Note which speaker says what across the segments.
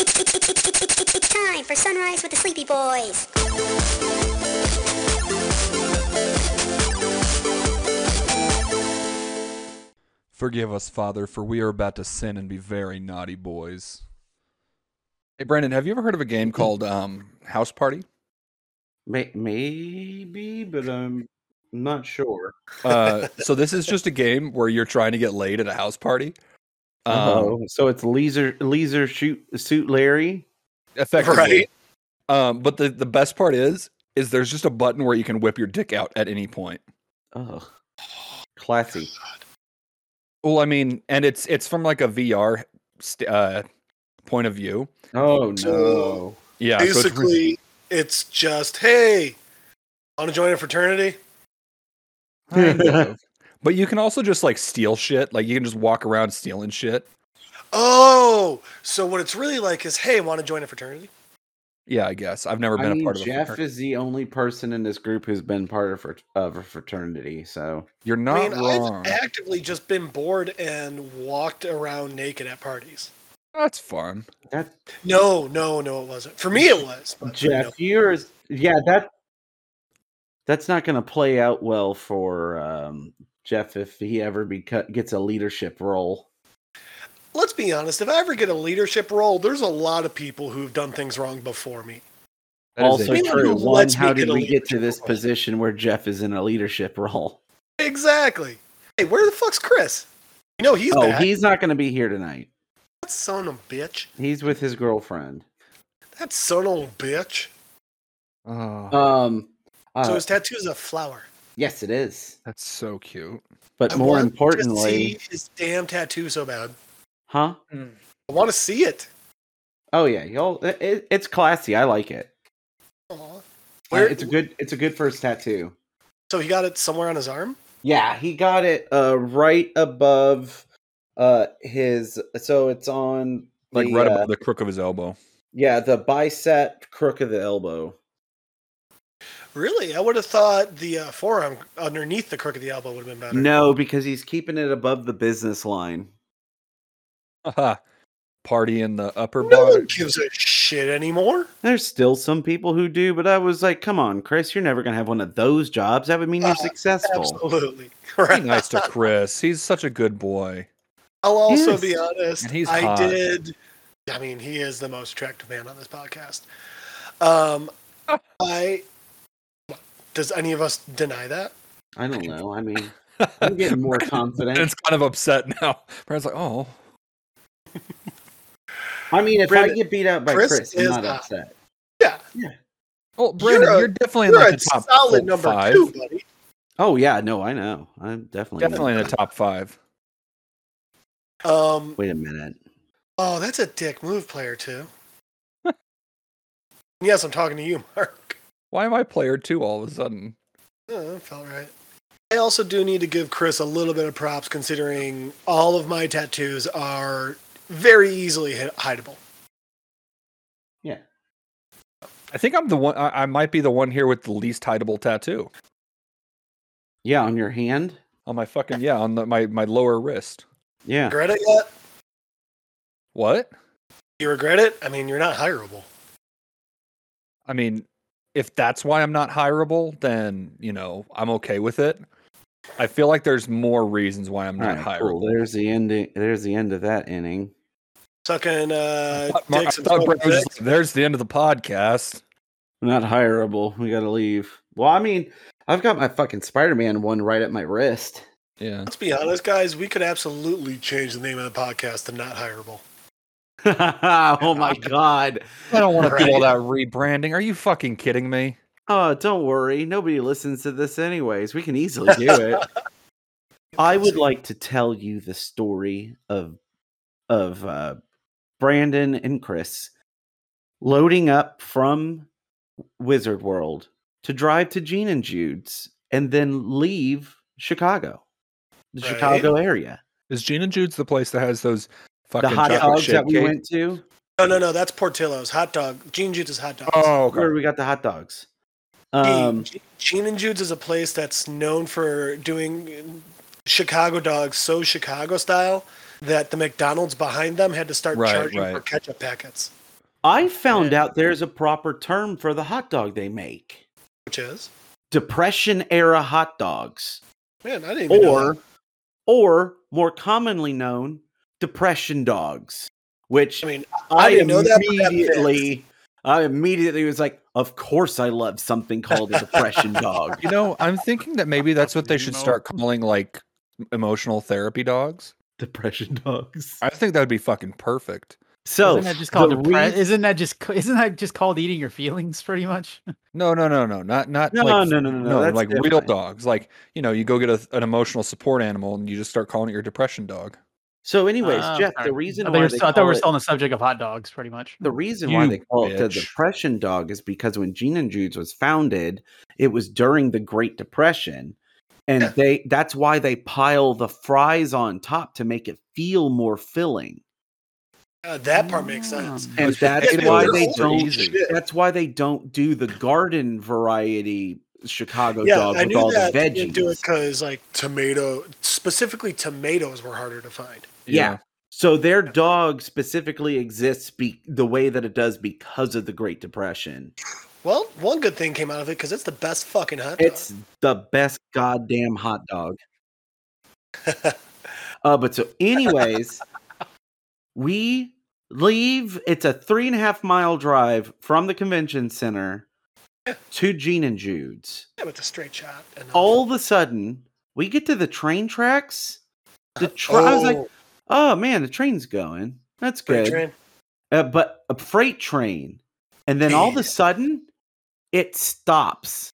Speaker 1: It's, it's, it's, it's, it's, it's time for Sunrise with the Sleepy Boys.
Speaker 2: Forgive us, Father, for we are about to sin and be very naughty boys. Hey, Brandon, have you ever heard of a game called um, House Party?
Speaker 3: May- Maybe, but I'm not sure.
Speaker 2: Uh, so this is just a game where you're trying to get laid at a house party. Um,
Speaker 3: Oh, so it's laser laser shoot suit Larry.
Speaker 2: effectively. Um, but the, the best part is, is there's just a button where you can whip your dick out at any point.
Speaker 3: Oh, classy.
Speaker 2: Well, I mean, and it's it's from like a VR st- uh, point of view.
Speaker 3: Oh
Speaker 4: So-
Speaker 3: no.
Speaker 2: Yeah, so it's-
Speaker 4: Basically, it's just hey, want to join a fraternity?
Speaker 2: kind of. but you can also just like steal shit. Like you can just walk around stealing shit.
Speaker 4: Oh, so what it's really like is hey, want to join a fraternity?
Speaker 2: Yeah, I guess I've never
Speaker 3: I
Speaker 2: been
Speaker 3: mean,
Speaker 2: a part of.
Speaker 3: Jeff
Speaker 2: a fraternity.
Speaker 3: is the only person in this group who's been part of, frat- of a fraternity. So
Speaker 2: You're not
Speaker 4: I mean,
Speaker 2: wrong.
Speaker 4: I've actively just been bored and walked around naked at parties.
Speaker 2: That's fun.
Speaker 3: that
Speaker 4: No, no, no, it wasn't. For me, it was. but for
Speaker 3: Jeff, you're yeah that that's not going to play out well for um, Jeff if he ever beco- gets a leadership role.
Speaker 4: no. Let's be honest. If I ever get a leadership role, there's a lot of people who've done things wrong before me.
Speaker 2: That is
Speaker 3: also
Speaker 2: it.
Speaker 4: Anyone who
Speaker 3: true. One,
Speaker 4: lets me
Speaker 3: how
Speaker 4: get
Speaker 3: did
Speaker 4: a
Speaker 3: we get to
Speaker 4: leadership
Speaker 3: this
Speaker 4: role.
Speaker 3: position where Jeff is in a leadership role?
Speaker 4: Exactly. Hey, where the fuck's Chris? You know he's
Speaker 3: oh,
Speaker 4: back.
Speaker 3: he's not going to be here tonight.
Speaker 4: That son of a bitch.
Speaker 3: He's with his girlfriend.
Speaker 4: That son of a bitch.
Speaker 2: Oh,
Speaker 3: Um, uh,
Speaker 4: so his tattoo's a flower.
Speaker 3: yes, it is.
Speaker 2: that's so cute.
Speaker 3: But
Speaker 4: I
Speaker 3: more
Speaker 4: want to
Speaker 3: importantly,
Speaker 4: see his damn tattoo so bad.
Speaker 3: huh?
Speaker 4: I want to see it.
Speaker 3: Oh yeah, y'all. i- i it's classy. I like it.
Speaker 4: Aw.
Speaker 3: Uh,
Speaker 4: Where,
Speaker 3: it's a good. It's a good first tattoo.
Speaker 4: so he got it somewhere on his arm.
Speaker 3: Yeah, he got it uh right above uh his so it's on
Speaker 2: Like
Speaker 3: the,
Speaker 2: right
Speaker 3: uh,
Speaker 2: above the crook of his elbow.
Speaker 3: yeah, the bicep crook of the elbow.
Speaker 4: Really, I would have thought the uh, forearm underneath the crook of the elbow would have been better.
Speaker 3: No, because he's keeping it above the business line.
Speaker 2: Haha. Party in the upper
Speaker 4: no
Speaker 2: bar.
Speaker 4: one gives a shit anymore.
Speaker 3: There's still some people who do, but I was like, come on, Chris, you're never gonna have one of those jobs. That would mean you're
Speaker 4: Uh,
Speaker 3: successful.
Speaker 4: Absolutely.
Speaker 2: Be
Speaker 4: Right.
Speaker 2: nice to Chris. He's such a good boy.
Speaker 4: I'll also
Speaker 3: Yes.
Speaker 4: be honest.
Speaker 2: And he's
Speaker 4: I
Speaker 2: hot.
Speaker 4: did. I mean, he is the most attractive man on this podcast. Um, I. Does any of us deny that?
Speaker 3: I don't know. I mean, I'm getting more confident.
Speaker 2: Brandon's kind of upset now. Brandon's like, oh,
Speaker 3: I mean, if I
Speaker 4: Brandon,
Speaker 3: get beat out by Chris,
Speaker 4: Chris
Speaker 3: I'm
Speaker 4: is
Speaker 3: not
Speaker 4: not-
Speaker 3: upset.
Speaker 2: well, Oh, Brandon, you're,
Speaker 4: a-
Speaker 2: definitely in
Speaker 4: You're
Speaker 2: like
Speaker 4: a
Speaker 2: the top
Speaker 4: solid
Speaker 2: four-
Speaker 4: number
Speaker 2: five.
Speaker 4: two, buddy.
Speaker 3: Oh yeah, no, I know. I'm definitely not-
Speaker 2: Definitely in the top five.
Speaker 4: Um,
Speaker 3: Wait a minute.
Speaker 4: oh, that's a dick move, player two. yes, I'm talking to you, Mark.
Speaker 2: Why am I player two all of a sudden?
Speaker 4: Oh, that felt right. I also do need to give Chris a little bit of props, considering all of my tattoos are very easily hid- hideable.
Speaker 2: I think I'm the one. I, I might be the one here with the least hideable tattoo
Speaker 3: Yeah, on your hand.
Speaker 2: on my fucking yeah on the, my my lower wrist.
Speaker 3: Yeah.
Speaker 4: Regret it yet?
Speaker 2: What?
Speaker 4: You regret it? I mean, you're not hireable.
Speaker 2: I mean, if that's why I'm not hireable, then you know I'm okay with it. I feel like there's more reasons why I'm
Speaker 3: All
Speaker 2: not
Speaker 3: right,
Speaker 2: hireable.
Speaker 3: cool. There's the ending. There's the end of that inning.
Speaker 4: Sucking uh,
Speaker 2: Thought Mar- I
Speaker 4: dicks and
Speaker 2: thought
Speaker 4: smoking
Speaker 2: Brandon was
Speaker 4: dicks.
Speaker 2: just like, there's the end of the podcast.
Speaker 3: Not hireable. We gotta leave. Well, I mean, I've got my fucking Spider-Man one right at my wrist.
Speaker 2: Yeah.
Speaker 4: Let's be honest, guys. We could absolutely change the name of the podcast to Not Hireable.
Speaker 3: oh my god.
Speaker 2: I don't want to do all
Speaker 4: Right.
Speaker 2: that rebranding. Are you fucking kidding me?
Speaker 3: Oh, don't worry. Nobody listens to this anyways. We can easily do it. I would like to tell you the story of of uh, Brandon and Chris loading up from Wizard World to drive to Gene and Jude's and then leave Chicago, the
Speaker 4: Right.
Speaker 3: Chicago area.
Speaker 2: Is Gene and Jude's the place that has those
Speaker 3: The
Speaker 2: fucking
Speaker 3: hot
Speaker 2: chocolate
Speaker 3: dogs
Speaker 2: chip
Speaker 3: that we
Speaker 2: cake?
Speaker 3: went to,
Speaker 4: No, no, no. That's Portillo's hot dog. Gene Jude's is hot dogs.
Speaker 2: Oh,
Speaker 3: where
Speaker 2: okay.
Speaker 3: we got the hot dogs.
Speaker 4: Gene,
Speaker 3: Um,
Speaker 4: Gene and Jude's is a place that's known for doing Chicago dogs so Chicago style that the McDonald's behind them had to start
Speaker 2: Right,
Speaker 4: charging
Speaker 2: right.
Speaker 4: for ketchup packets.
Speaker 3: I found
Speaker 2: Yeah.
Speaker 3: out there's a proper term for the hot dog they make.
Speaker 4: which is
Speaker 3: Depression era hot dogs.
Speaker 4: man, I didn't. Even know
Speaker 3: Or
Speaker 4: that.
Speaker 3: or more commonly known, depression dogs. Which
Speaker 4: I
Speaker 3: I,
Speaker 4: mean, I didn't know that. but that fits.
Speaker 3: immediately I immediately was like, of course I love something called a depression dog.
Speaker 2: You know, I'm thinking that maybe that's what they should
Speaker 5: No.
Speaker 2: start calling like emotional therapy dogs.
Speaker 3: Depression dogs.
Speaker 2: I think that would be fucking perfect.
Speaker 3: So
Speaker 5: isn't that just called
Speaker 3: the
Speaker 5: depre-
Speaker 3: rea-
Speaker 5: Isn't that just isn't that just called eating your feelings? Pretty much.
Speaker 2: No, no, no, no, not not
Speaker 3: no,
Speaker 2: like
Speaker 3: no, no, no, no,
Speaker 2: no,
Speaker 3: that's
Speaker 2: like real
Speaker 3: different.
Speaker 2: dogs. Like you know, you go get a, an emotional support animal and you just start calling it your depression dog.
Speaker 3: So, anyways,
Speaker 5: Ah,
Speaker 3: Jeff,
Speaker 5: sorry.
Speaker 3: the reason
Speaker 5: I thought,
Speaker 3: why
Speaker 5: we were
Speaker 3: they
Speaker 5: still, I thought we
Speaker 3: call
Speaker 5: were
Speaker 3: it-
Speaker 5: still on the subject of hot dogs. Pretty much.
Speaker 3: The reason why they
Speaker 2: You
Speaker 3: call it the
Speaker 2: bitch.
Speaker 3: Depression Dog is because when Gene and Jude's was founded, it was during the Great Depression. And
Speaker 4: Yeah.
Speaker 3: they that's why they pile the fries on top to make it feel more filling.
Speaker 4: Uh, that part makes sense.
Speaker 5: Mm.
Speaker 3: And
Speaker 2: It's
Speaker 3: that's
Speaker 2: ridiculous.
Speaker 3: why
Speaker 2: They're
Speaker 3: they
Speaker 2: all
Speaker 3: don't
Speaker 2: crazy.
Speaker 3: that's why they don't do the garden variety Chicago
Speaker 4: Yeah,
Speaker 3: dog
Speaker 4: I
Speaker 3: with
Speaker 4: knew
Speaker 3: all
Speaker 4: that.
Speaker 3: the
Speaker 4: they didn't do it
Speaker 3: veggies.
Speaker 4: because like tomato, specifically tomatoes were harder to find.
Speaker 3: Yeah. So their dog specifically exists be- the way that it does because of the Great Depression.
Speaker 4: Well, one good thing came out of it because it's the best fucking hot dog.
Speaker 3: It's the best goddamn hot dog. uh, but so, anyways, we leave. It's a three and a half mile drive from the convention center to Gene and Jude's.
Speaker 4: Yeah, with a straight shot. And
Speaker 3: All of a sudden, we get to the train tracks. The tra- I was like,
Speaker 4: Oh,
Speaker 3: oh man, the train's going. That's
Speaker 4: freight
Speaker 3: good.
Speaker 4: train.
Speaker 3: Uh, but a freight train. And then all of a
Speaker 4: Man.
Speaker 3: sudden, it stops.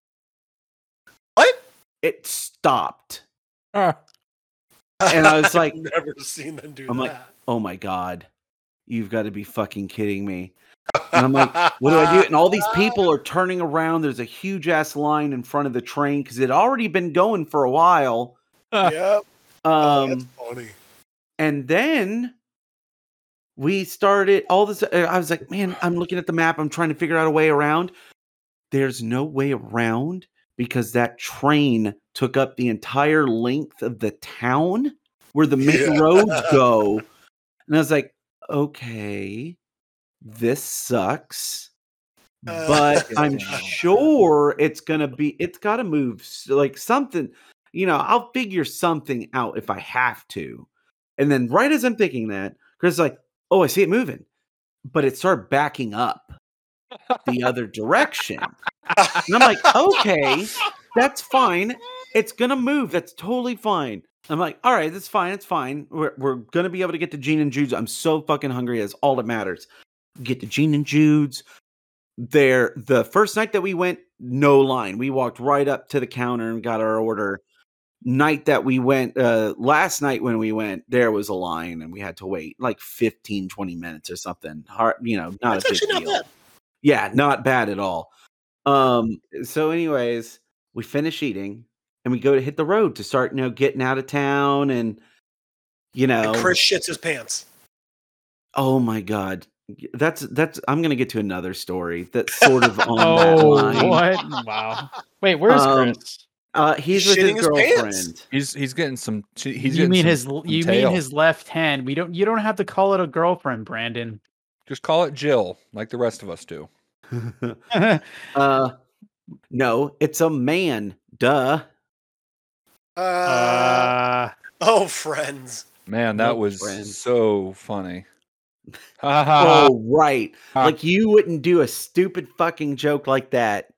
Speaker 4: What?
Speaker 3: It stopped.
Speaker 2: Ah,
Speaker 3: And I was like-
Speaker 4: I've never seen them do
Speaker 3: I'm like,
Speaker 4: that.
Speaker 3: oh my god you've got to be fucking kidding me and i'm like what do i do and all these
Speaker 4: Ah.
Speaker 3: people are turning around there's a huge ass line in front of the train because it already been going for a while
Speaker 4: yep. oh, that's
Speaker 3: um
Speaker 4: funny.
Speaker 3: and then we started all this uh, i was like man i'm looking at the map i'm trying to figure out a way around there's no way around because that train took up the entire length of the town where the main
Speaker 4: Yeah.
Speaker 3: roads go and i was like okay this sucks but
Speaker 2: Uh,
Speaker 3: i'm
Speaker 2: yeah.
Speaker 3: sure it's gonna be it's gotta move s- like something you know i'll figure something out if i have to and then right as i'm thinking that chris is like oh i see it moving but it started backing up the other direction and i'm like okay that's fine it's gonna move that's totally fine i'm like all right that's fine it's fine we're, we're gonna be able to get to gene and jude's i'm so fucking hungry that's all that matters get to gene and jude's there the first night that we went no line we walked right up to the counter and got our order night that we went uh last night when we went there was a line and we had to wait like 15 20 minutes or something hard you know not
Speaker 4: That's
Speaker 3: a big
Speaker 4: actually not
Speaker 3: deal
Speaker 4: bad.
Speaker 3: yeah not bad at all um so anyways we finish eating and we go to hit the road to start you know getting out of town and you know
Speaker 4: And Chris shits his pants.
Speaker 3: oh my god that's that's i'm gonna get to another story that's sort of on that
Speaker 5: Oh,
Speaker 3: line
Speaker 5: what? Wow. Wait, where's
Speaker 3: Um,
Speaker 5: Chris?
Speaker 3: uh he's with
Speaker 4: Shitting
Speaker 3: his
Speaker 4: his
Speaker 3: girlfriend
Speaker 4: pants.
Speaker 2: he's he's getting some. He's
Speaker 5: you
Speaker 2: getting
Speaker 5: mean
Speaker 2: some-
Speaker 5: his?
Speaker 2: some
Speaker 5: You
Speaker 2: tail.
Speaker 5: mean his left hand? We don't. You don't have to call it a girlfriend, Brandon.
Speaker 2: Just call it Jill, like the rest of us do.
Speaker 3: uh no it's a man duh
Speaker 4: Uh,
Speaker 5: uh,
Speaker 4: oh, friends.
Speaker 2: Man, that
Speaker 3: Nope,
Speaker 2: was
Speaker 3: friend.
Speaker 2: so funny. Ha ha.
Speaker 3: oh right
Speaker 2: Ah.
Speaker 3: like you wouldn't do a stupid fucking joke like that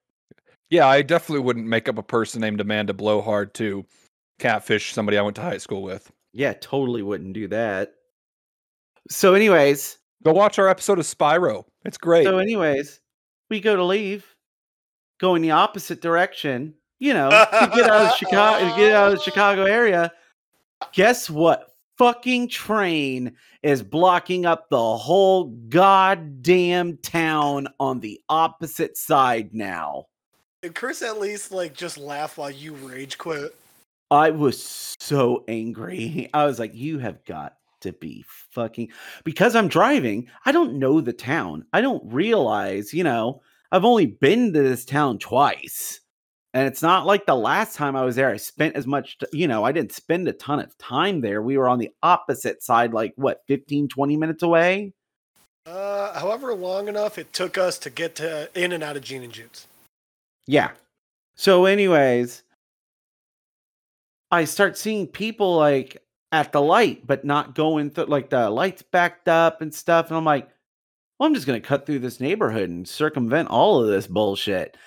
Speaker 2: Yeah, I definitely wouldn't make up a person named Amanda Blowhard to catfish somebody I went to high school with.
Speaker 3: Yeah, totally wouldn't do that. So, anyways,
Speaker 2: Go watch our episode of Spyro. It's great.
Speaker 3: so anyways, we go to leave, go in the opposite direction. You know, to get out of Chicago, get out of the Chicago area. Guess what? Fucking train is blocking up the whole goddamn town on the opposite side now.
Speaker 4: Did Chris at least like just laugh while you rage quit?
Speaker 3: I was so angry. I was like, you have got to be fucking because I'm driving. I don't know the town. I don't realize, you know, I've only been to this town twice. And it's not like the last time I was there, I spent as much, t- you know, I didn't spend a ton of time there. We were on the opposite side, like what, 15, 20 minutes away?
Speaker 4: Uh, however long enough it took us to get to in and out of Gene and Jude's.
Speaker 3: Yeah. So, anyways, I start seeing people like at the light, but not going through, like the lights backed up and stuff. And I'm like, well, I'm just going to cut through this neighborhood and circumvent all of this bullshit.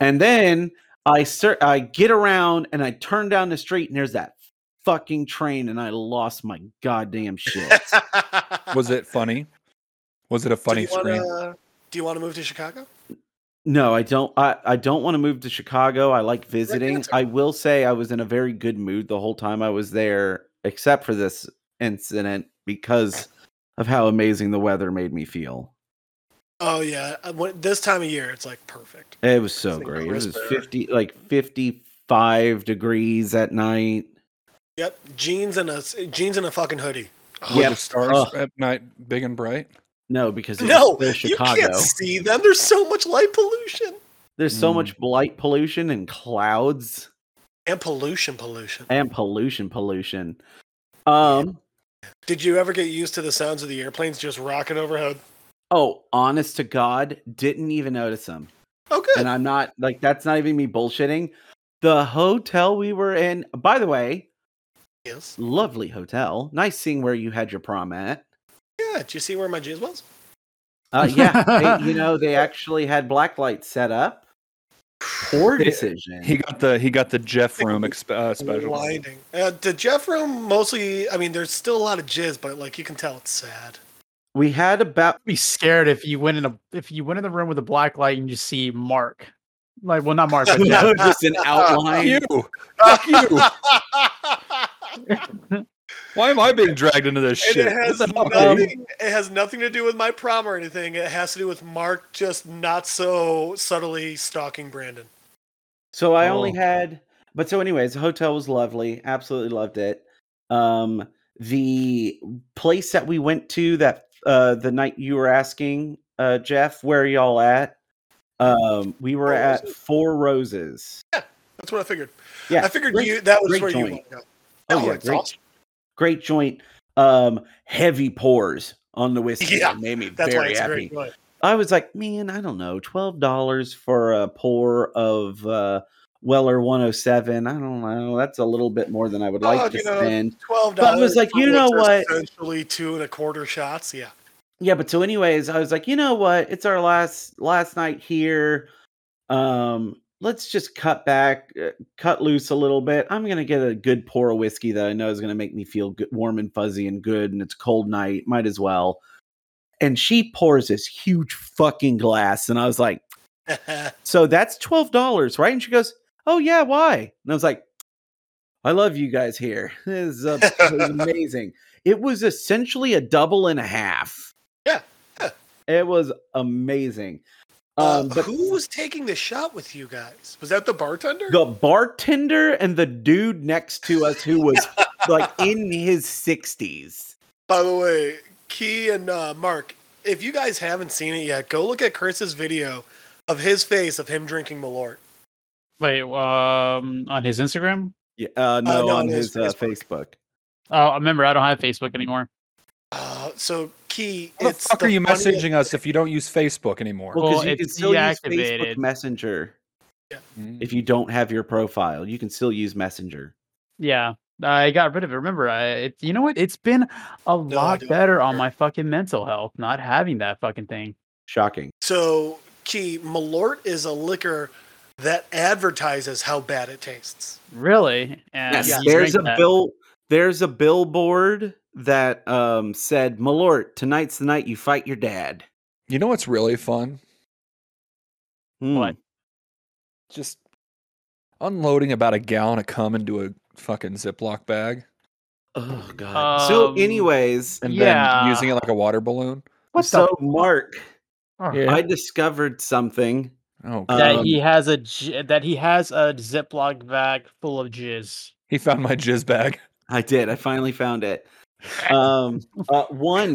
Speaker 3: And then I, ser- I get around and I turn down the street, and there's that fucking train, and I lost my goddamn shit.
Speaker 2: Was it funny? Was it a funny
Speaker 4: do you
Speaker 2: screen?
Speaker 4: Wanna, do you want to move to Chicago?
Speaker 3: No, I don't. I, I don't want to move to Chicago. I like visiting.
Speaker 4: answer.
Speaker 3: I will say I was in a very good mood the whole time I was there, except for this incident because of how amazing the weather made me feel.
Speaker 4: Oh yeah, uh, when, this time of year it's like perfect.
Speaker 3: It was so
Speaker 4: like
Speaker 3: great. It was
Speaker 4: crisper.
Speaker 3: fifty, like fifty-five degrees at night.
Speaker 4: Yep, jeans and a s- jeans and a fucking hoodie.
Speaker 2: Were
Speaker 3: yeah.
Speaker 2: the stars
Speaker 3: Ugh.
Speaker 2: at night big and bright?
Speaker 3: No, because it
Speaker 4: No,
Speaker 3: was still
Speaker 4: you
Speaker 3: Chicago.
Speaker 4: can't see them. There's so much light pollution
Speaker 3: There's so
Speaker 2: Mm.
Speaker 3: much light pollution and clouds
Speaker 4: and pollution, pollution.
Speaker 3: and pollution, pollution. Um.
Speaker 4: Did you ever get used to the sounds of the airplanes just rocking overhead?
Speaker 3: Oh, honest to God, didn't even notice them.
Speaker 4: Oh, good.
Speaker 3: and I'm not like that's not even me bullshitting. The hotel we were in, by the way,
Speaker 4: yes.
Speaker 3: lovely hotel. Nice seeing where you had your prom at.
Speaker 4: Yeah. Did you see where my jizz was?
Speaker 3: Uh, yeah, they- you know they actually had black light set up. Poor decision.
Speaker 2: He got the he got the Jeff room exp- uh, special.
Speaker 4: Blinding. Uh, the Jeff room mostly. I mean, there's still a lot of jizz, but like you can tell it's sad.
Speaker 3: we had about
Speaker 5: I'd be scared if you went in a if you went in the room with a black light and you see Mark, like well not Mark, but Jeff.
Speaker 3: no, just an
Speaker 2: Fuck
Speaker 3: outline.
Speaker 2: you! Fuck you! Why am I being dragged into this
Speaker 4: And
Speaker 2: shit?
Speaker 4: it has
Speaker 2: What the hell, dude?
Speaker 4: nothing. It has nothing to do with my prom or anything. It has to do with Mark just not so subtly stalking Brandon.
Speaker 3: So I only
Speaker 2: Oh.
Speaker 3: had, but so anyways, the hotel was lovely. Absolutely loved it. Um, the place that we went to that uh, the night you were asking, uh, Jeff, where y'all at? Um, we were
Speaker 4: Four
Speaker 3: at
Speaker 4: Roses.
Speaker 3: Four Roses.
Speaker 4: That's what I figured.
Speaker 3: Yeah,
Speaker 4: I figured
Speaker 3: great-
Speaker 4: you that was
Speaker 3: great
Speaker 4: where you
Speaker 3: joint.
Speaker 4: wanted to go.
Speaker 3: Oh,
Speaker 4: No,
Speaker 3: yeah,
Speaker 4: it's
Speaker 3: great.
Speaker 4: awesome.
Speaker 3: Great joint. Um, heavy pours on the whiskey.
Speaker 4: Yeah,
Speaker 3: It made me
Speaker 4: That's why
Speaker 3: very
Speaker 4: it's a
Speaker 3: happy.
Speaker 4: great. joint.
Speaker 3: I was like, man, I don't know, twelve dollars for a pour of uh, Weller 107. I don't know. That's a little bit more than I would like
Speaker 4: Oh,
Speaker 3: to
Speaker 4: you know,
Speaker 3: spend.
Speaker 4: Twelve
Speaker 3: But
Speaker 4: dollars.
Speaker 3: I was like, you know what?
Speaker 4: Essentially two and a quarter shots. Yeah.
Speaker 3: yeah but so anyways i was like you know what it's our last last night here um let's just cut back uh, cut loose a little bit i'm gonna get a good pour of whiskey that i know is gonna make me feel good, warm and fuzzy and good and it's a cold night might as well and she pours this huge fucking glass and i was like Um, so that's twelve dollars, right? And she goes, "Oh yeah, why?" And I was like, "I love you guys here. This is, uh, it was amazing. It was essentially a double and a half.
Speaker 4: Yeah, yeah.
Speaker 3: it was amazing.
Speaker 4: Uh,
Speaker 3: Um, but
Speaker 4: who was taking the shot with you guys? Was that the bartender?
Speaker 3: the bartender and the dude next to us who was like in his sixties.
Speaker 4: By the way, Key and uh, Mark, if you guys haven't seen it yet, go look at Chris's video of his face of him drinking Malort.
Speaker 5: Wait, um, on his Instagram.
Speaker 3: Yeah, uh, no,
Speaker 4: no,
Speaker 3: on
Speaker 4: it was
Speaker 3: his uh,
Speaker 4: Facebook.
Speaker 3: Facebook.
Speaker 5: Oh, remember I don't have Facebook anymore.
Speaker 4: Uh, so Key,
Speaker 2: How the
Speaker 4: it's
Speaker 2: fuck are you
Speaker 4: funniest-
Speaker 2: messaging us if you don't use Facebook anymore?
Speaker 3: Well, because
Speaker 5: Well,
Speaker 3: you
Speaker 5: it's
Speaker 3: can still use Facebook
Speaker 5: deactivated.
Speaker 3: Messenger
Speaker 2: Mm.
Speaker 3: if you don't have your profile. You can still use Messenger.
Speaker 5: Yeah, I got rid of it. Remember, I it, you know what? It's been a
Speaker 4: I
Speaker 5: lot
Speaker 4: don't
Speaker 5: better on
Speaker 4: remember.
Speaker 5: my fucking mental health not having that fucking thing.
Speaker 3: Shocking.
Speaker 4: So Key, Malort is a liquor that advertises how bad it tastes.
Speaker 5: Really? And
Speaker 3: Yes,
Speaker 5: you
Speaker 3: there's a
Speaker 5: drink that.
Speaker 3: bill. There's a billboard that um, said, "Malort, tonight's the night you fight your dad."
Speaker 2: You know what's really fun?
Speaker 3: Hmm.
Speaker 5: What?
Speaker 2: Just unloading about a gallon of cum into a fucking Ziploc bag
Speaker 3: Oh God. so,
Speaker 5: Um,
Speaker 3: anyways,
Speaker 2: and
Speaker 5: Yeah.
Speaker 2: then using it like a water balloon.
Speaker 3: so Mark,
Speaker 5: Oh,
Speaker 2: Yeah.
Speaker 3: I discovered something.
Speaker 2: Oh,
Speaker 3: Uh,
Speaker 2: God.
Speaker 5: that he has a j- that he has a Ziploc bag full of jizz.
Speaker 2: he found my jizz bag.
Speaker 3: I did. I finally found it. Um, uh, one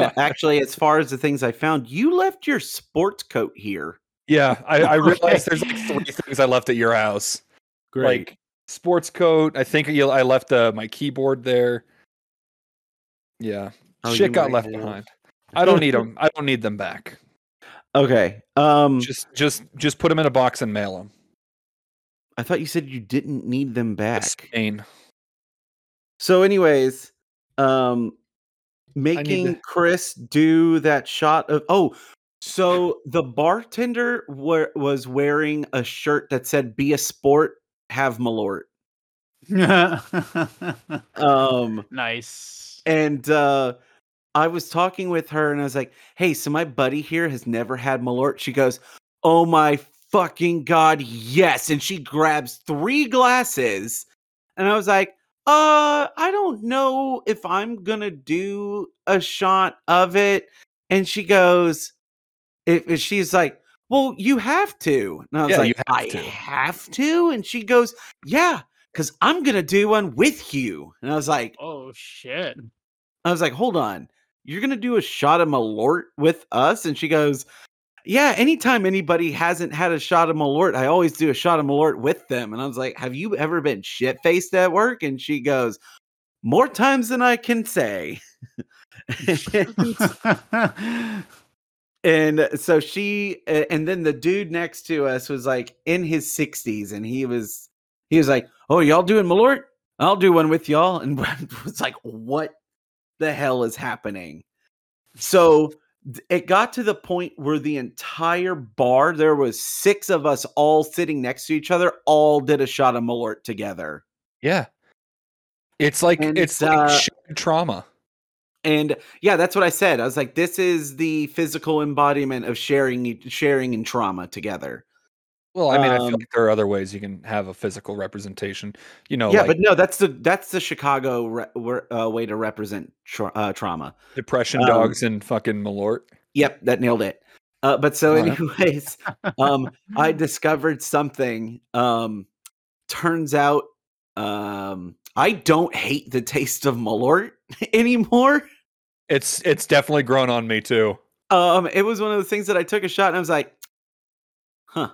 Speaker 3: actually, as far as the things I found, you left your sports coat here.
Speaker 2: Yeah, I, I realized
Speaker 5: Okay.
Speaker 2: there's like three things I left at your house.
Speaker 3: Great.
Speaker 2: Like sports coat. I think you, I left uh, my keyboard there. Yeah,
Speaker 3: Oh, you
Speaker 2: shit got
Speaker 3: might
Speaker 2: left
Speaker 3: have.
Speaker 2: behind. I don't need them. I don't need them back.
Speaker 3: Okay. Um
Speaker 2: Just just just put them in a box and mail them.
Speaker 3: I thought you said you didn't need them back.
Speaker 2: Spain.
Speaker 3: So anyways, um
Speaker 2: need
Speaker 3: making
Speaker 2: to-
Speaker 3: Chris do that shot of oh so the bartender wa- was wearing a shirt that said be a sport have malort um
Speaker 5: nice.
Speaker 3: and uh i was talking with her and i was like hey so my buddy here has never had malort she goes oh my fucking god yes and she grabs three glasses and i was like uh i don't know if i'm gonna do a shot of it and she goes if if she's like well you have to and i was
Speaker 2: Yeah,
Speaker 3: like
Speaker 2: you have
Speaker 3: i
Speaker 2: to."
Speaker 3: have to and she goes yeah because i'm gonna do one with you and i was like
Speaker 5: Oh shit.
Speaker 3: I was like, hold on, you're gonna do a shot of Malort with us? And she goes, Yeah, anytime anybody hasn't had a shot of Malort, I always do a shot of Malort with them. And I was like, Have you ever been shit faced at work? And she goes, More times than I can say. and uh, so she a- and then the dude next to us was like in his 60s and he was he was like oh y'all doing malort i'll do one with y'all and was like what the hell is happening so th- it got to the point where the entire bar there was six of us all sitting next to each other all did a shot of malort together
Speaker 2: Yeah. It's like
Speaker 3: And,
Speaker 2: it's
Speaker 3: uh,
Speaker 2: like shared trauma.
Speaker 3: And yeah, that's what I said. I was like, this is the physical embodiment of sharing e- sharing and trauma together.
Speaker 2: Well, I mean, I
Speaker 3: um,
Speaker 2: feel like there are other ways you can have a physical representation. You know,
Speaker 3: yeah,
Speaker 2: Oh, like
Speaker 3: but no, that's the that's the Chicago re- wor- uh, way to represent tra- uh, trauma.
Speaker 2: depression
Speaker 3: um,
Speaker 2: dogs and fucking Malort.
Speaker 3: Yep, that nailed it. Uh, but so,
Speaker 2: Alright.
Speaker 3: anyways, um, I discovered something. Um, turns out, um, I don't hate the taste of Malort anymore.
Speaker 2: It's it's definitely grown on me too.
Speaker 3: Um, it was one of the things that I took a shot and I was like, "Huh,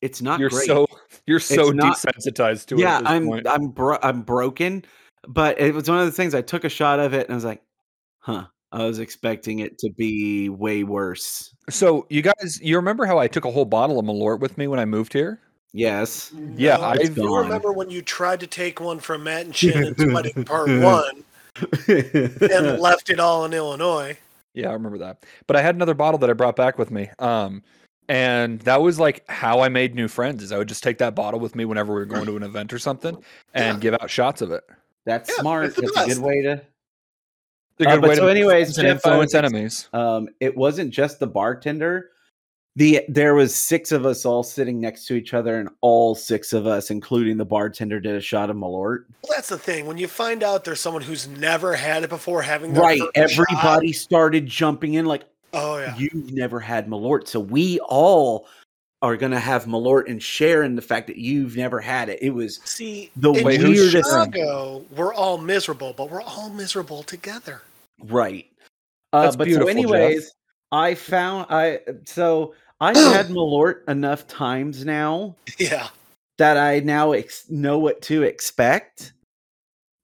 Speaker 3: it's not
Speaker 2: you're
Speaker 3: great."
Speaker 2: so you're so
Speaker 3: not-
Speaker 2: desensitized to it.
Speaker 3: yeah
Speaker 2: at this
Speaker 3: i'm
Speaker 2: point.
Speaker 3: i'm bro- i'm broken but it was one of the things i took a shot of it and i was like huh i was expecting it to be way worse
Speaker 2: So you guys, you remember how I took a whole bottle of Malort with me when I moved here?
Speaker 3: yes
Speaker 2: Yeah,
Speaker 4: No,
Speaker 2: I-
Speaker 4: I
Speaker 2: I've
Speaker 4: do
Speaker 3: gone.
Speaker 4: remember when you tried to take one from Matt and Shannon's wedding part one and left it all in Illinois.
Speaker 2: Yeah, I remember that. But I had another bottle that I brought back with me. Um, and that was like how I made new friends. Is I would just take that bottle with me whenever we were going to an event or something, and
Speaker 4: Yeah.
Speaker 2: give out shots of it.
Speaker 3: Uh, that's
Speaker 4: Yeah,
Speaker 3: smart
Speaker 4: it's the
Speaker 3: that's a
Speaker 4: best.
Speaker 3: good way to
Speaker 2: It's a
Speaker 3: Uh,
Speaker 2: good
Speaker 3: but
Speaker 2: way
Speaker 3: so
Speaker 2: to make
Speaker 3: anyways,
Speaker 2: friends and
Speaker 3: Jeff, I
Speaker 2: influence
Speaker 3: was ex-
Speaker 2: enemies.
Speaker 3: um it wasn't just the bartender the there was six of us all sitting next to each other and all six of us including the bartender did a shot of malort
Speaker 4: Well, that's the thing. When you find out there's someone who's never had it before having their
Speaker 3: right
Speaker 4: first shot-
Speaker 3: everybody started jumping in like
Speaker 4: oh yeah.
Speaker 3: You've never had Malort. So we all are going to have Malort and share in the fact that you've never had it. It was
Speaker 4: See,
Speaker 3: the
Speaker 4: in
Speaker 3: weirdest thing.
Speaker 4: Chicago, we're all miserable, but we're all miserable together.
Speaker 3: right. Uh,
Speaker 2: That's
Speaker 3: but so,
Speaker 2: beautiful, Jeff.
Speaker 3: anyways, I found I so I've had Malort enough times now
Speaker 4: Yeah.
Speaker 3: that I now ex- know what to expect.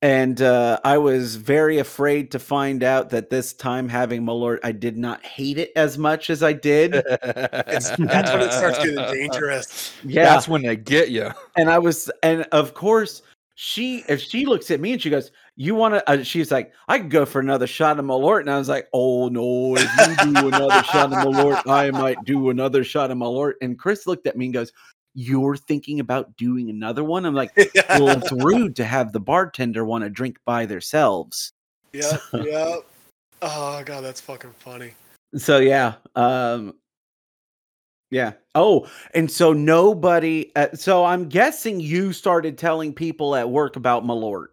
Speaker 3: And uh, I was very afraid to find out that this time having Malort, I did not hate it as much as I did.
Speaker 2: It's,
Speaker 4: That's when it starts getting dangerous.
Speaker 3: Yeah,
Speaker 2: That's when they get you.
Speaker 3: and I was, and of course, she if she looks at me and she goes, "You want to?" Uh, she's like, "I could go for another shot of Malort," and I was like, "Oh no! If you do another shot of Malort, I might do another shot of Malort." And Chris looked at me and goes, "You're thinking about doing another one?" I'm like, "Well, it's rude to have the bartender want to drink by themselves."
Speaker 4: yeah. Yeah. Oh god, that's fucking funny.
Speaker 3: So yeah, um, yeah. Oh, and so nobody. Uh, so I'm guessing you started telling people at work about Malort.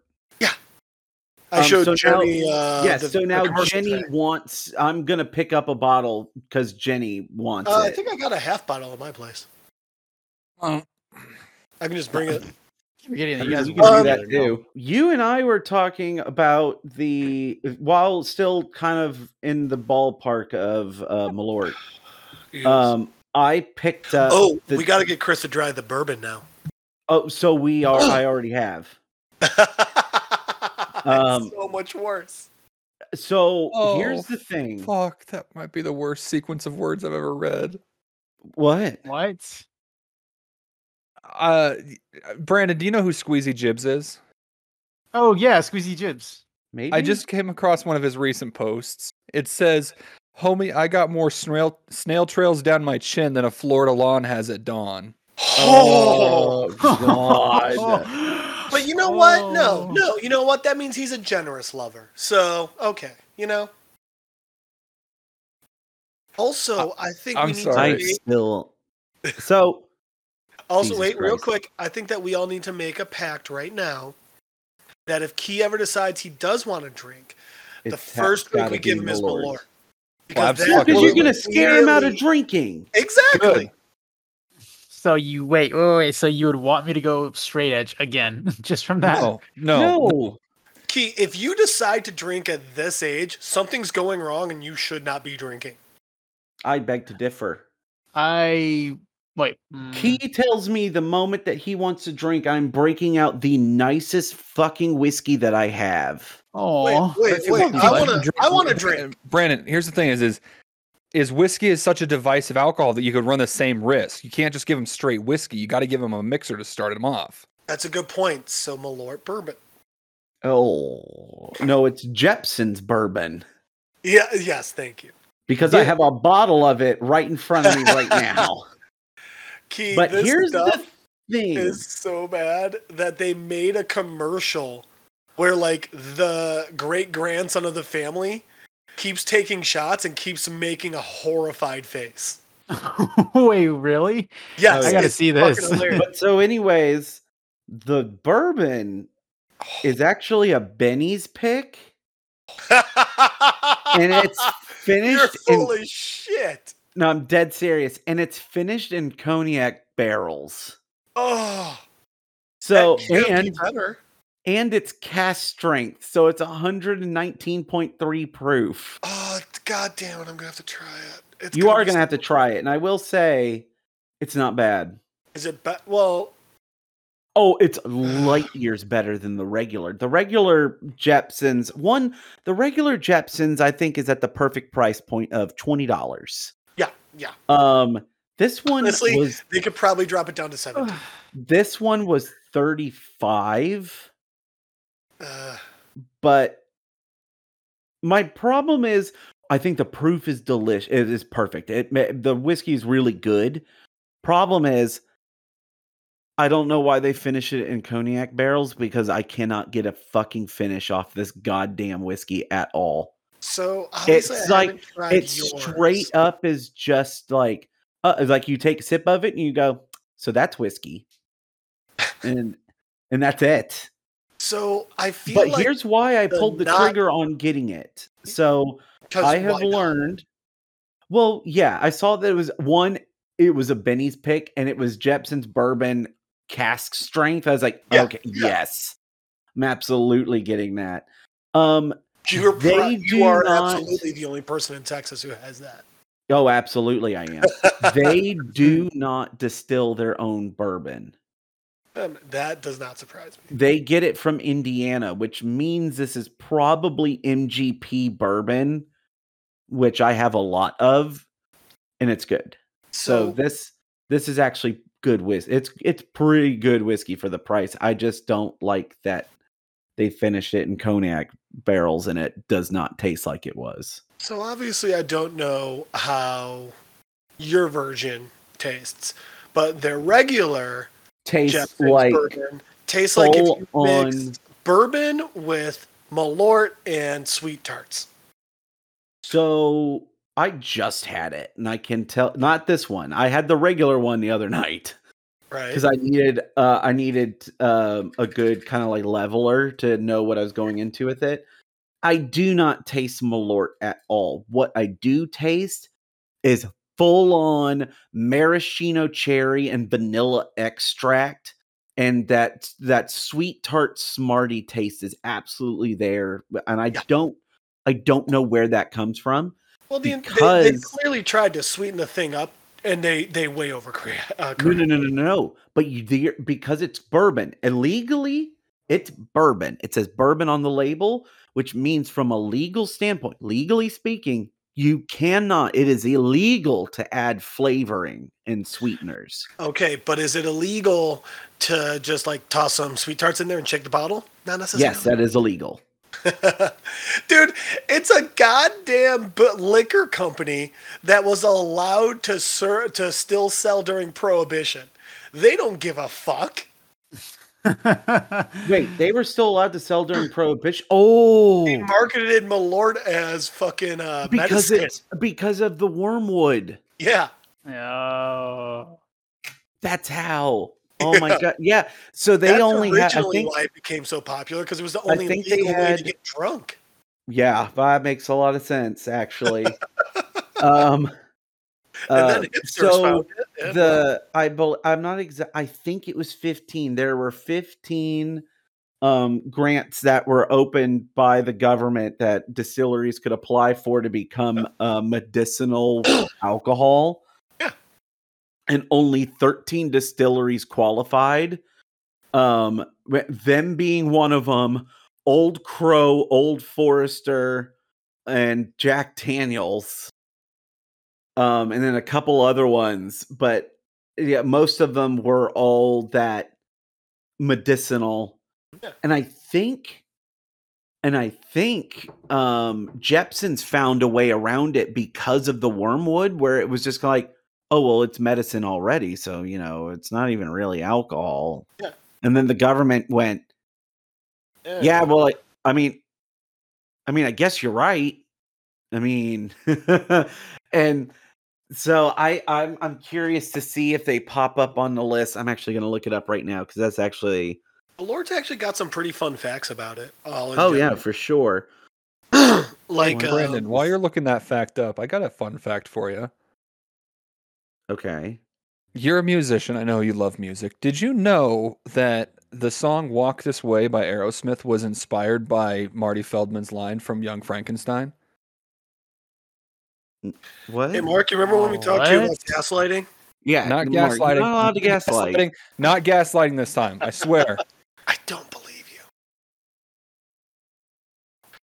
Speaker 4: I
Speaker 3: Um,
Speaker 4: showed
Speaker 3: so now-
Speaker 4: Jenny. uh,
Speaker 3: yes.
Speaker 4: the-
Speaker 3: so
Speaker 4: the
Speaker 3: now
Speaker 4: commercial
Speaker 3: Jenny
Speaker 4: today.
Speaker 3: wants. I'm gonna pick up a bottle because Jenny wants
Speaker 4: Uh, I
Speaker 3: it.
Speaker 4: think I got a half bottle at my place.
Speaker 2: Um,
Speaker 4: I can just bring it.
Speaker 5: You're getting
Speaker 3: I
Speaker 5: you
Speaker 3: mean,
Speaker 5: guys
Speaker 3: we
Speaker 5: are getting
Speaker 3: can do
Speaker 4: Um,
Speaker 5: together
Speaker 3: that
Speaker 5: now.
Speaker 3: too. You and I were talking about the while still kind of in the ballpark of uh, Malort. Um, I picked up.
Speaker 4: oh,
Speaker 3: the,
Speaker 4: we got to get Chris to dry the bourbon now.
Speaker 3: Oh, so we are. I already have.
Speaker 4: It's
Speaker 3: Um,
Speaker 4: so much worse.
Speaker 3: So
Speaker 2: Oh,
Speaker 3: here's the thing.
Speaker 2: Fuck, that might be the worst sequence of words I've ever read.
Speaker 3: What?
Speaker 5: What?
Speaker 2: Uh, Brandon, do you know who Squeezy Jibs is?
Speaker 5: Oh yeah, squeezy jibs.
Speaker 3: Maybe
Speaker 2: I just came across one of his recent posts. It says, "Homie, I got more snail snail trails down my chin than a Florida lawn has at dawn."
Speaker 3: Oh, God.
Speaker 5: Oh.
Speaker 4: But you know what? No,
Speaker 5: Oh.
Speaker 4: no. You know what? That means he's a generous lover. So okay, you know. Also, I think
Speaker 2: I'm
Speaker 4: we need
Speaker 2: sorry.
Speaker 4: to
Speaker 3: I
Speaker 4: make-
Speaker 3: still. So
Speaker 4: Also,
Speaker 3: Jesus
Speaker 4: wait, real
Speaker 3: Christ.
Speaker 4: quick. I think that we all need to make a pact right now that if Key ever decides he does want to drink, the
Speaker 3: it's ha-
Speaker 4: first drink
Speaker 3: gotta
Speaker 4: we give
Speaker 3: be
Speaker 4: him is
Speaker 3: Malort.
Speaker 4: Malort.
Speaker 2: Well,
Speaker 4: that
Speaker 2: absolutely.
Speaker 3: Because
Speaker 4: will
Speaker 3: you're gonna scare him out of
Speaker 4: clearly-
Speaker 3: drinking.
Speaker 4: Exactly.
Speaker 5: So you wait, wait, wait. So you would want me to go straight edge again, just from that?
Speaker 2: No, no,
Speaker 3: no.
Speaker 4: Key, if you decide to drink at this age, something's going wrong and you should not be drinking.
Speaker 3: I beg to differ.
Speaker 5: I wait. mm,
Speaker 3: He tells me the moment that he wants to drink, I'm breaking out the nicest fucking whiskey that I have.
Speaker 5: mm, Aw.
Speaker 4: Wait,
Speaker 2: If you
Speaker 4: wait, wait.
Speaker 2: want
Speaker 4: I
Speaker 2: to
Speaker 4: want to.
Speaker 2: drink-
Speaker 4: I want to drink.
Speaker 2: Brandon, here's the thing: is is is whiskey is such a divisive alcohol that you could run the same risk. You can't just give him straight whiskey. You got to give him a mixer to start him off.
Speaker 4: That's a good point. So Malort bourbon.
Speaker 3: Oh no, it's Jepson's bourbon
Speaker 4: Yeah. Yes. Thank you,
Speaker 3: because I
Speaker 2: Yeah.
Speaker 3: have a bottle of it right in front of me right now.
Speaker 4: Key.
Speaker 3: but
Speaker 4: this
Speaker 3: here's
Speaker 4: stuff
Speaker 3: the thing:
Speaker 4: is so bad that they made a commercial where like the great grandson of the family keeps taking shots and keeps making a horrified face.
Speaker 5: wait, really?
Speaker 2: Oh,
Speaker 4: Yes,
Speaker 5: I gotta
Speaker 4: it's
Speaker 5: see
Speaker 4: fucking
Speaker 5: this.
Speaker 4: hilarious.
Speaker 3: but so, anyways, the bourbon is actually a Benny's pick, and it's
Speaker 4: You're
Speaker 3: finished in
Speaker 4: full of shit.
Speaker 3: No, I'm dead serious. And it's finished in cognac barrels.
Speaker 4: Oh,
Speaker 3: So
Speaker 4: that can't be
Speaker 3: and
Speaker 4: better.
Speaker 3: and it's cast strength. So it's 119.3 proof.
Speaker 4: Oh, god damn it! I'm gonna have to try it. It's
Speaker 3: you are
Speaker 4: be
Speaker 3: gonna have to
Speaker 4: so-
Speaker 3: try it. And I will say it's not bad.
Speaker 4: Is it? Be- well,
Speaker 3: Oh, it's light years better than the regular. The regular Jepsons, one, the regular Jepsons, I think, is at the perfect price point of $20.
Speaker 4: yeah, yeah.
Speaker 3: Um, this one
Speaker 4: Honestly,
Speaker 3: was
Speaker 4: They could probably drop it down to seventy.
Speaker 3: this one was 35.
Speaker 4: Uh,
Speaker 3: but my problem is I think the proof is delicious it is perfect. It ma- the whiskey is really good. Problem is I don't know why they finish it in cognac barrels because I cannot get a fucking finish off this goddamn whiskey at all.
Speaker 4: so
Speaker 3: It's
Speaker 4: obviously I
Speaker 3: like-
Speaker 4: haven't tried
Speaker 3: It
Speaker 4: yours.
Speaker 3: straight up is just like uh, it's like you take a sip of it and you go, so that's whiskey. And and that's it.
Speaker 4: So I feel
Speaker 3: But
Speaker 4: like
Speaker 3: here's why I
Speaker 4: the
Speaker 3: pulled the
Speaker 4: not-
Speaker 3: trigger on getting it. So
Speaker 4: 'cause
Speaker 3: I have
Speaker 4: why not?
Speaker 3: learned. Well, yeah, I saw that it was one. It was a Benny's pick, and it was Jepson's bourbon cask strength. I was like,
Speaker 4: Yeah,
Speaker 3: okay,
Speaker 4: yeah.
Speaker 3: yes, I'm absolutely getting that. Um,
Speaker 4: You're pro-
Speaker 3: they
Speaker 4: you
Speaker 3: do
Speaker 4: are
Speaker 3: not-
Speaker 4: absolutely the only person in Texas who has that.
Speaker 3: oh, absolutely, I am. they
Speaker 4: Hmm.
Speaker 3: do not distill their own bourbon.
Speaker 4: Um, that does not surprise me.
Speaker 3: They get it from Indiana, which means this is probably MGP bourbon, which I have a lot of, and it's good. So
Speaker 4: So,
Speaker 3: this this is actually good whiskey. It's it's pretty good whiskey for the price. I just don't like that they finished it in cognac barrels and it does not taste like it was.
Speaker 4: so obviously I don't know how your version tastes, but their regular
Speaker 3: Tastes
Speaker 4: Jeff's
Speaker 3: like
Speaker 4: bourbon tastes like if you
Speaker 3: full on-
Speaker 4: mixed bourbon with Malort and sweet tarts.
Speaker 3: so I just had it and I can tell not this one. I had the regular one the other night
Speaker 4: Right?
Speaker 3: cuz I needed uh I needed um a good kind of like leveler to know what I was going into with it. I do not taste Malort at all. What I do taste is full on maraschino cherry and vanilla extract. And that that sweet tart smarty taste is absolutely there. And I
Speaker 4: Yeah.
Speaker 3: don't I don't know where that comes from.
Speaker 4: well, the, they, they
Speaker 3: because-
Speaker 4: clearly tried to sweeten the thing up, and they they way over uh,
Speaker 3: No, no, no, no, no. But you the, because it's bourbon. Illegally, it's bourbon. It says bourbon on the label, which means from a legal standpoint, legally speaking, you cannot, it is illegal to add flavoring and sweeteners.
Speaker 4: Okay, but is it illegal to just like toss some sweet tarts in there and shake the bottle? Not
Speaker 3: Yes,
Speaker 4: necessarily.
Speaker 3: that is illegal.
Speaker 4: Dude, it's a goddamn but liquor company that was allowed to ser- to still sell during prohibition. They don't give a fuck.
Speaker 3: Wait, they were still allowed to sell during prohibition? Oh,
Speaker 4: They marketed Malort as fucking uh
Speaker 3: because
Speaker 4: medicine.
Speaker 3: it's because of the wormwood.
Speaker 4: yeah.
Speaker 5: Oh.
Speaker 3: That's how. Oh my god. Yeah. So they
Speaker 4: That's
Speaker 3: only had I
Speaker 4: originally
Speaker 3: think
Speaker 4: why it became so popular because it was the only
Speaker 3: think
Speaker 4: legal
Speaker 3: they
Speaker 4: way to
Speaker 3: had-
Speaker 4: get drunk.
Speaker 3: yeah, that makes a lot of sense actually. um
Speaker 4: And
Speaker 3: uh,
Speaker 4: then hipsters
Speaker 3: so
Speaker 4: found it. and-
Speaker 3: the I bel I'm not exact I think it was 15. There were 15 um grants that were opened by the government that distilleries could apply for to become uh, medicinal alcohol.
Speaker 4: Yeah.
Speaker 3: And only 13 distilleries qualified. Um wh- them being one of them, Old Crow, Old Forester, and Jack Daniels. Um, and then a couple other ones, but yeah, most of them were all that medicinal.
Speaker 4: Yeah.
Speaker 3: And I think and I think um Jepson's found a way around it because of the wormwood, where it was just kinda like, oh well, it's medicine already, so you know, it's not even really alcohol.
Speaker 4: Yeah.
Speaker 3: And then the government went, yeah, well, like, I mean, I mean, I guess you're right. I mean, and so I, I'm, I'm curious to see if they pop up on the list. I'm actually going to look it up right now because that's actually.
Speaker 4: Malort's actually got some pretty fun facts about it. I'll
Speaker 3: Oh
Speaker 4: admit.
Speaker 3: yeah, for sure.
Speaker 4: like
Speaker 3: Well,
Speaker 4: uh,
Speaker 2: Brandon, while you're looking that fact up, I got a fun fact for you.
Speaker 3: Okay.
Speaker 2: You're a musician. I know you love music. Did you know that the song Walk This Way by Aerosmith was inspired by Marty Feldman's line from Young Frankenstein?
Speaker 3: What?
Speaker 4: Hey, Mark, you remember when we talked to you about
Speaker 5: What?
Speaker 4: gaslighting?
Speaker 3: yeah,
Speaker 2: Not
Speaker 3: Mark, you're
Speaker 2: gaslighting.
Speaker 3: Not allowed to gaslight.
Speaker 2: Gaslighting- Not gaslighting this time. I swear.
Speaker 4: I don't believe you.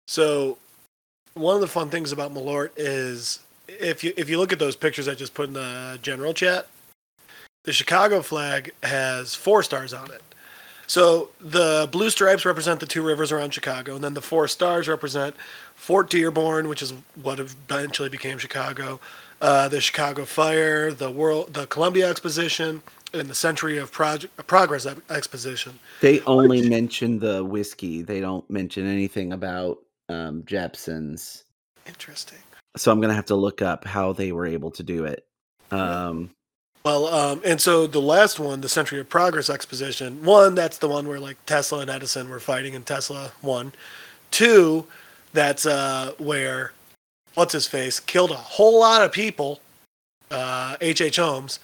Speaker 4: So, one of the fun things about Malort is if you if you look at those pictures I just put in the general chat, the Chicago flag has four stars on it. So the blue stripes represent the two rivers around Chicago, and then the four stars represent Fort Dearborn, which is what eventually became Chicago, uh, the Chicago Fire, the World, the Columbia Exposition, and the Century of Proj- Progress Ex- Exposition.
Speaker 3: They only mention the whiskey. They don't mention anything about um, Jepson's.
Speaker 4: Interesting.
Speaker 3: So I'm going to have to look up how they were able to do it. Um,
Speaker 4: Well, um, and so the last one, the Century of Progress exposition. One, that's the one where like Tesla and Edison were fighting, and Tesla won. Two, that's uh, where what's his face killed a whole lot of people. uh, H. H. Holmes,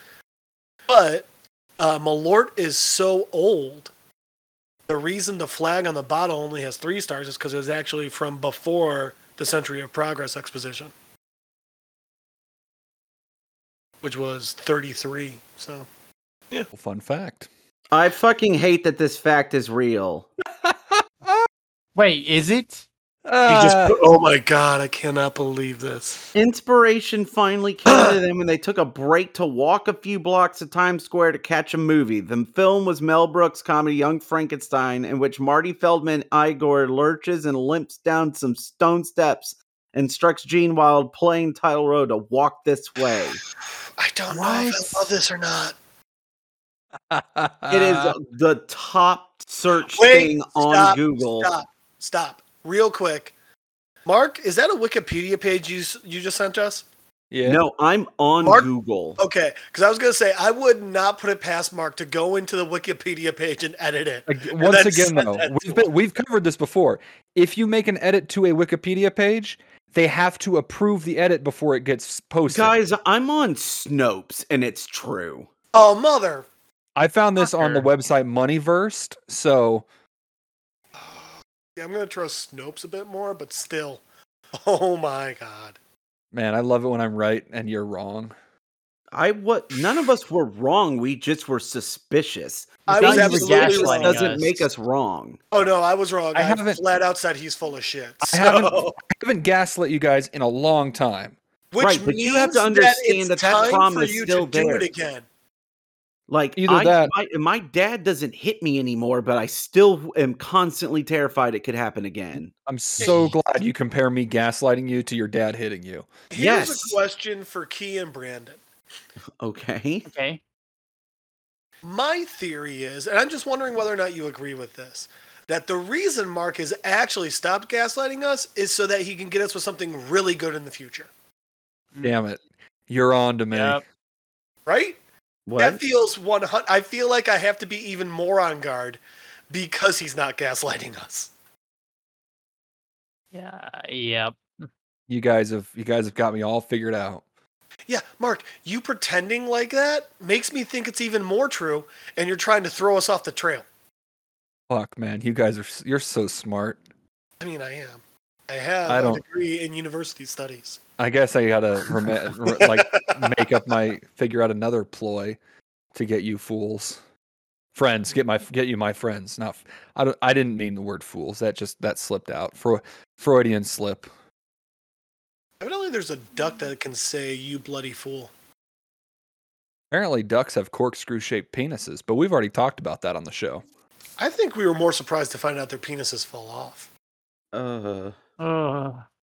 Speaker 4: but uh, Malort is so old. The reason the flag on the bottle only has three stars is because it was actually from before the Century of Progress exposition, which was 33. So
Speaker 2: Fun fact.
Speaker 3: I fucking hate that this fact is real.
Speaker 5: Wait, is it?
Speaker 4: He just
Speaker 2: Ah,
Speaker 4: put- oh my god, I cannot believe this.
Speaker 3: Inspiration finally came to them when they took a break to walk a few blocks to Times Square to catch a movie. The film was Mel Brooks' comedy Young Frankenstein, in which Marty Feldman Igor lurches and limps down some stone steps, and instructs Gene Wilde playing title role to walk this way.
Speaker 4: I don't know if I
Speaker 3: What?
Speaker 4: love this or not.
Speaker 3: it is the top search
Speaker 4: Uh, Wait,
Speaker 3: thing on
Speaker 4: stop,
Speaker 3: Google.
Speaker 4: Stop. Stop. Real quick. Mark, is that a Wikipedia page you s- you just sent us?
Speaker 2: Yeah.
Speaker 3: No, I'm on
Speaker 4: Mark-
Speaker 3: Google.
Speaker 4: Okay, because I was gonna say I would not put it past Mark to go into the Wikipedia page and edit it.
Speaker 2: Ag- Once
Speaker 4: then
Speaker 2: again,
Speaker 4: send
Speaker 2: though,
Speaker 4: that to
Speaker 2: we've, been, we've covered this before. If you make an edit to a Wikipedia page, they have to approve the edit before it gets posted.
Speaker 3: Guys, I'm on Snopes, and it's true.
Speaker 4: Oh mother!
Speaker 2: I found this on the
Speaker 5: Fucker.
Speaker 2: website Moneyversed. So
Speaker 4: Yeah, I'm gonna trust Snopes a bit more, but still. Oh my god.
Speaker 2: Man, I love it when I'm right and you're wrong.
Speaker 3: I what none of us were wrong. We just were suspicious.
Speaker 4: I
Speaker 5: Not
Speaker 4: was absolutely
Speaker 5: you gaslighting
Speaker 4: wrong.
Speaker 3: doesn't
Speaker 5: us.
Speaker 3: make us wrong.
Speaker 4: Oh no, I was wrong.
Speaker 2: I
Speaker 4: I,
Speaker 2: haven't-
Speaker 4: flat out said he's full of shit.
Speaker 2: I haven't-
Speaker 4: So-
Speaker 2: I haven't gaslit you guys in a long time.
Speaker 4: which
Speaker 3: Right, but you have to
Speaker 4: means
Speaker 3: understand
Speaker 4: it's
Speaker 3: that that
Speaker 4: time
Speaker 3: trauma
Speaker 4: for
Speaker 3: is
Speaker 4: you
Speaker 3: still
Speaker 4: to Do
Speaker 3: there.
Speaker 4: it again.
Speaker 3: Like
Speaker 2: Either
Speaker 3: I-
Speaker 2: that-
Speaker 3: my, my dad doesn't hit me anymore, but I still am constantly terrified it could happen again.
Speaker 2: I'm so glad you compare me gaslighting you to your dad hitting you.
Speaker 4: Here's
Speaker 3: Yes.
Speaker 4: a question for Key and Brandon.
Speaker 3: Okay.
Speaker 5: Okay.
Speaker 4: My theory is, and I'm just wondering whether or not you agree with this, that the reason Mark has actually stopped gaslighting us is so that he can get us with something really good in the future.
Speaker 2: Damn it. You're on to me.
Speaker 5: Yep.
Speaker 4: Right? That
Speaker 3: What?
Speaker 4: feels 100. I feel like I have to be even more on guard because he's not gaslighting us.
Speaker 5: Yeah. Yep.
Speaker 2: You guys have you guys have got me all figured out.
Speaker 4: Yeah, Mark, you pretending like that makes me think it's even more true, and you're trying to throw us off the trail.
Speaker 2: Fuck, man. You guys are s- you're so smart.
Speaker 4: I mean, I am. I have
Speaker 2: I
Speaker 4: a
Speaker 2: don't-
Speaker 4: degree in university studies.
Speaker 2: I guess I gotta rema- re- like make up my figure out another ploy to get you fools, friends. Get my get you my friends. Not f- I don't I didn't mean the word fools. That just that slipped out. Fro- Freudian slip.
Speaker 4: Evidently, there's a duck that can say, you bloody fool.
Speaker 2: Apparently, ducks have corkscrew shaped penises, but we've already talked about that on the show.
Speaker 4: I think we were more surprised to find out their penises fall off.
Speaker 3: Uh,
Speaker 5: Ugh.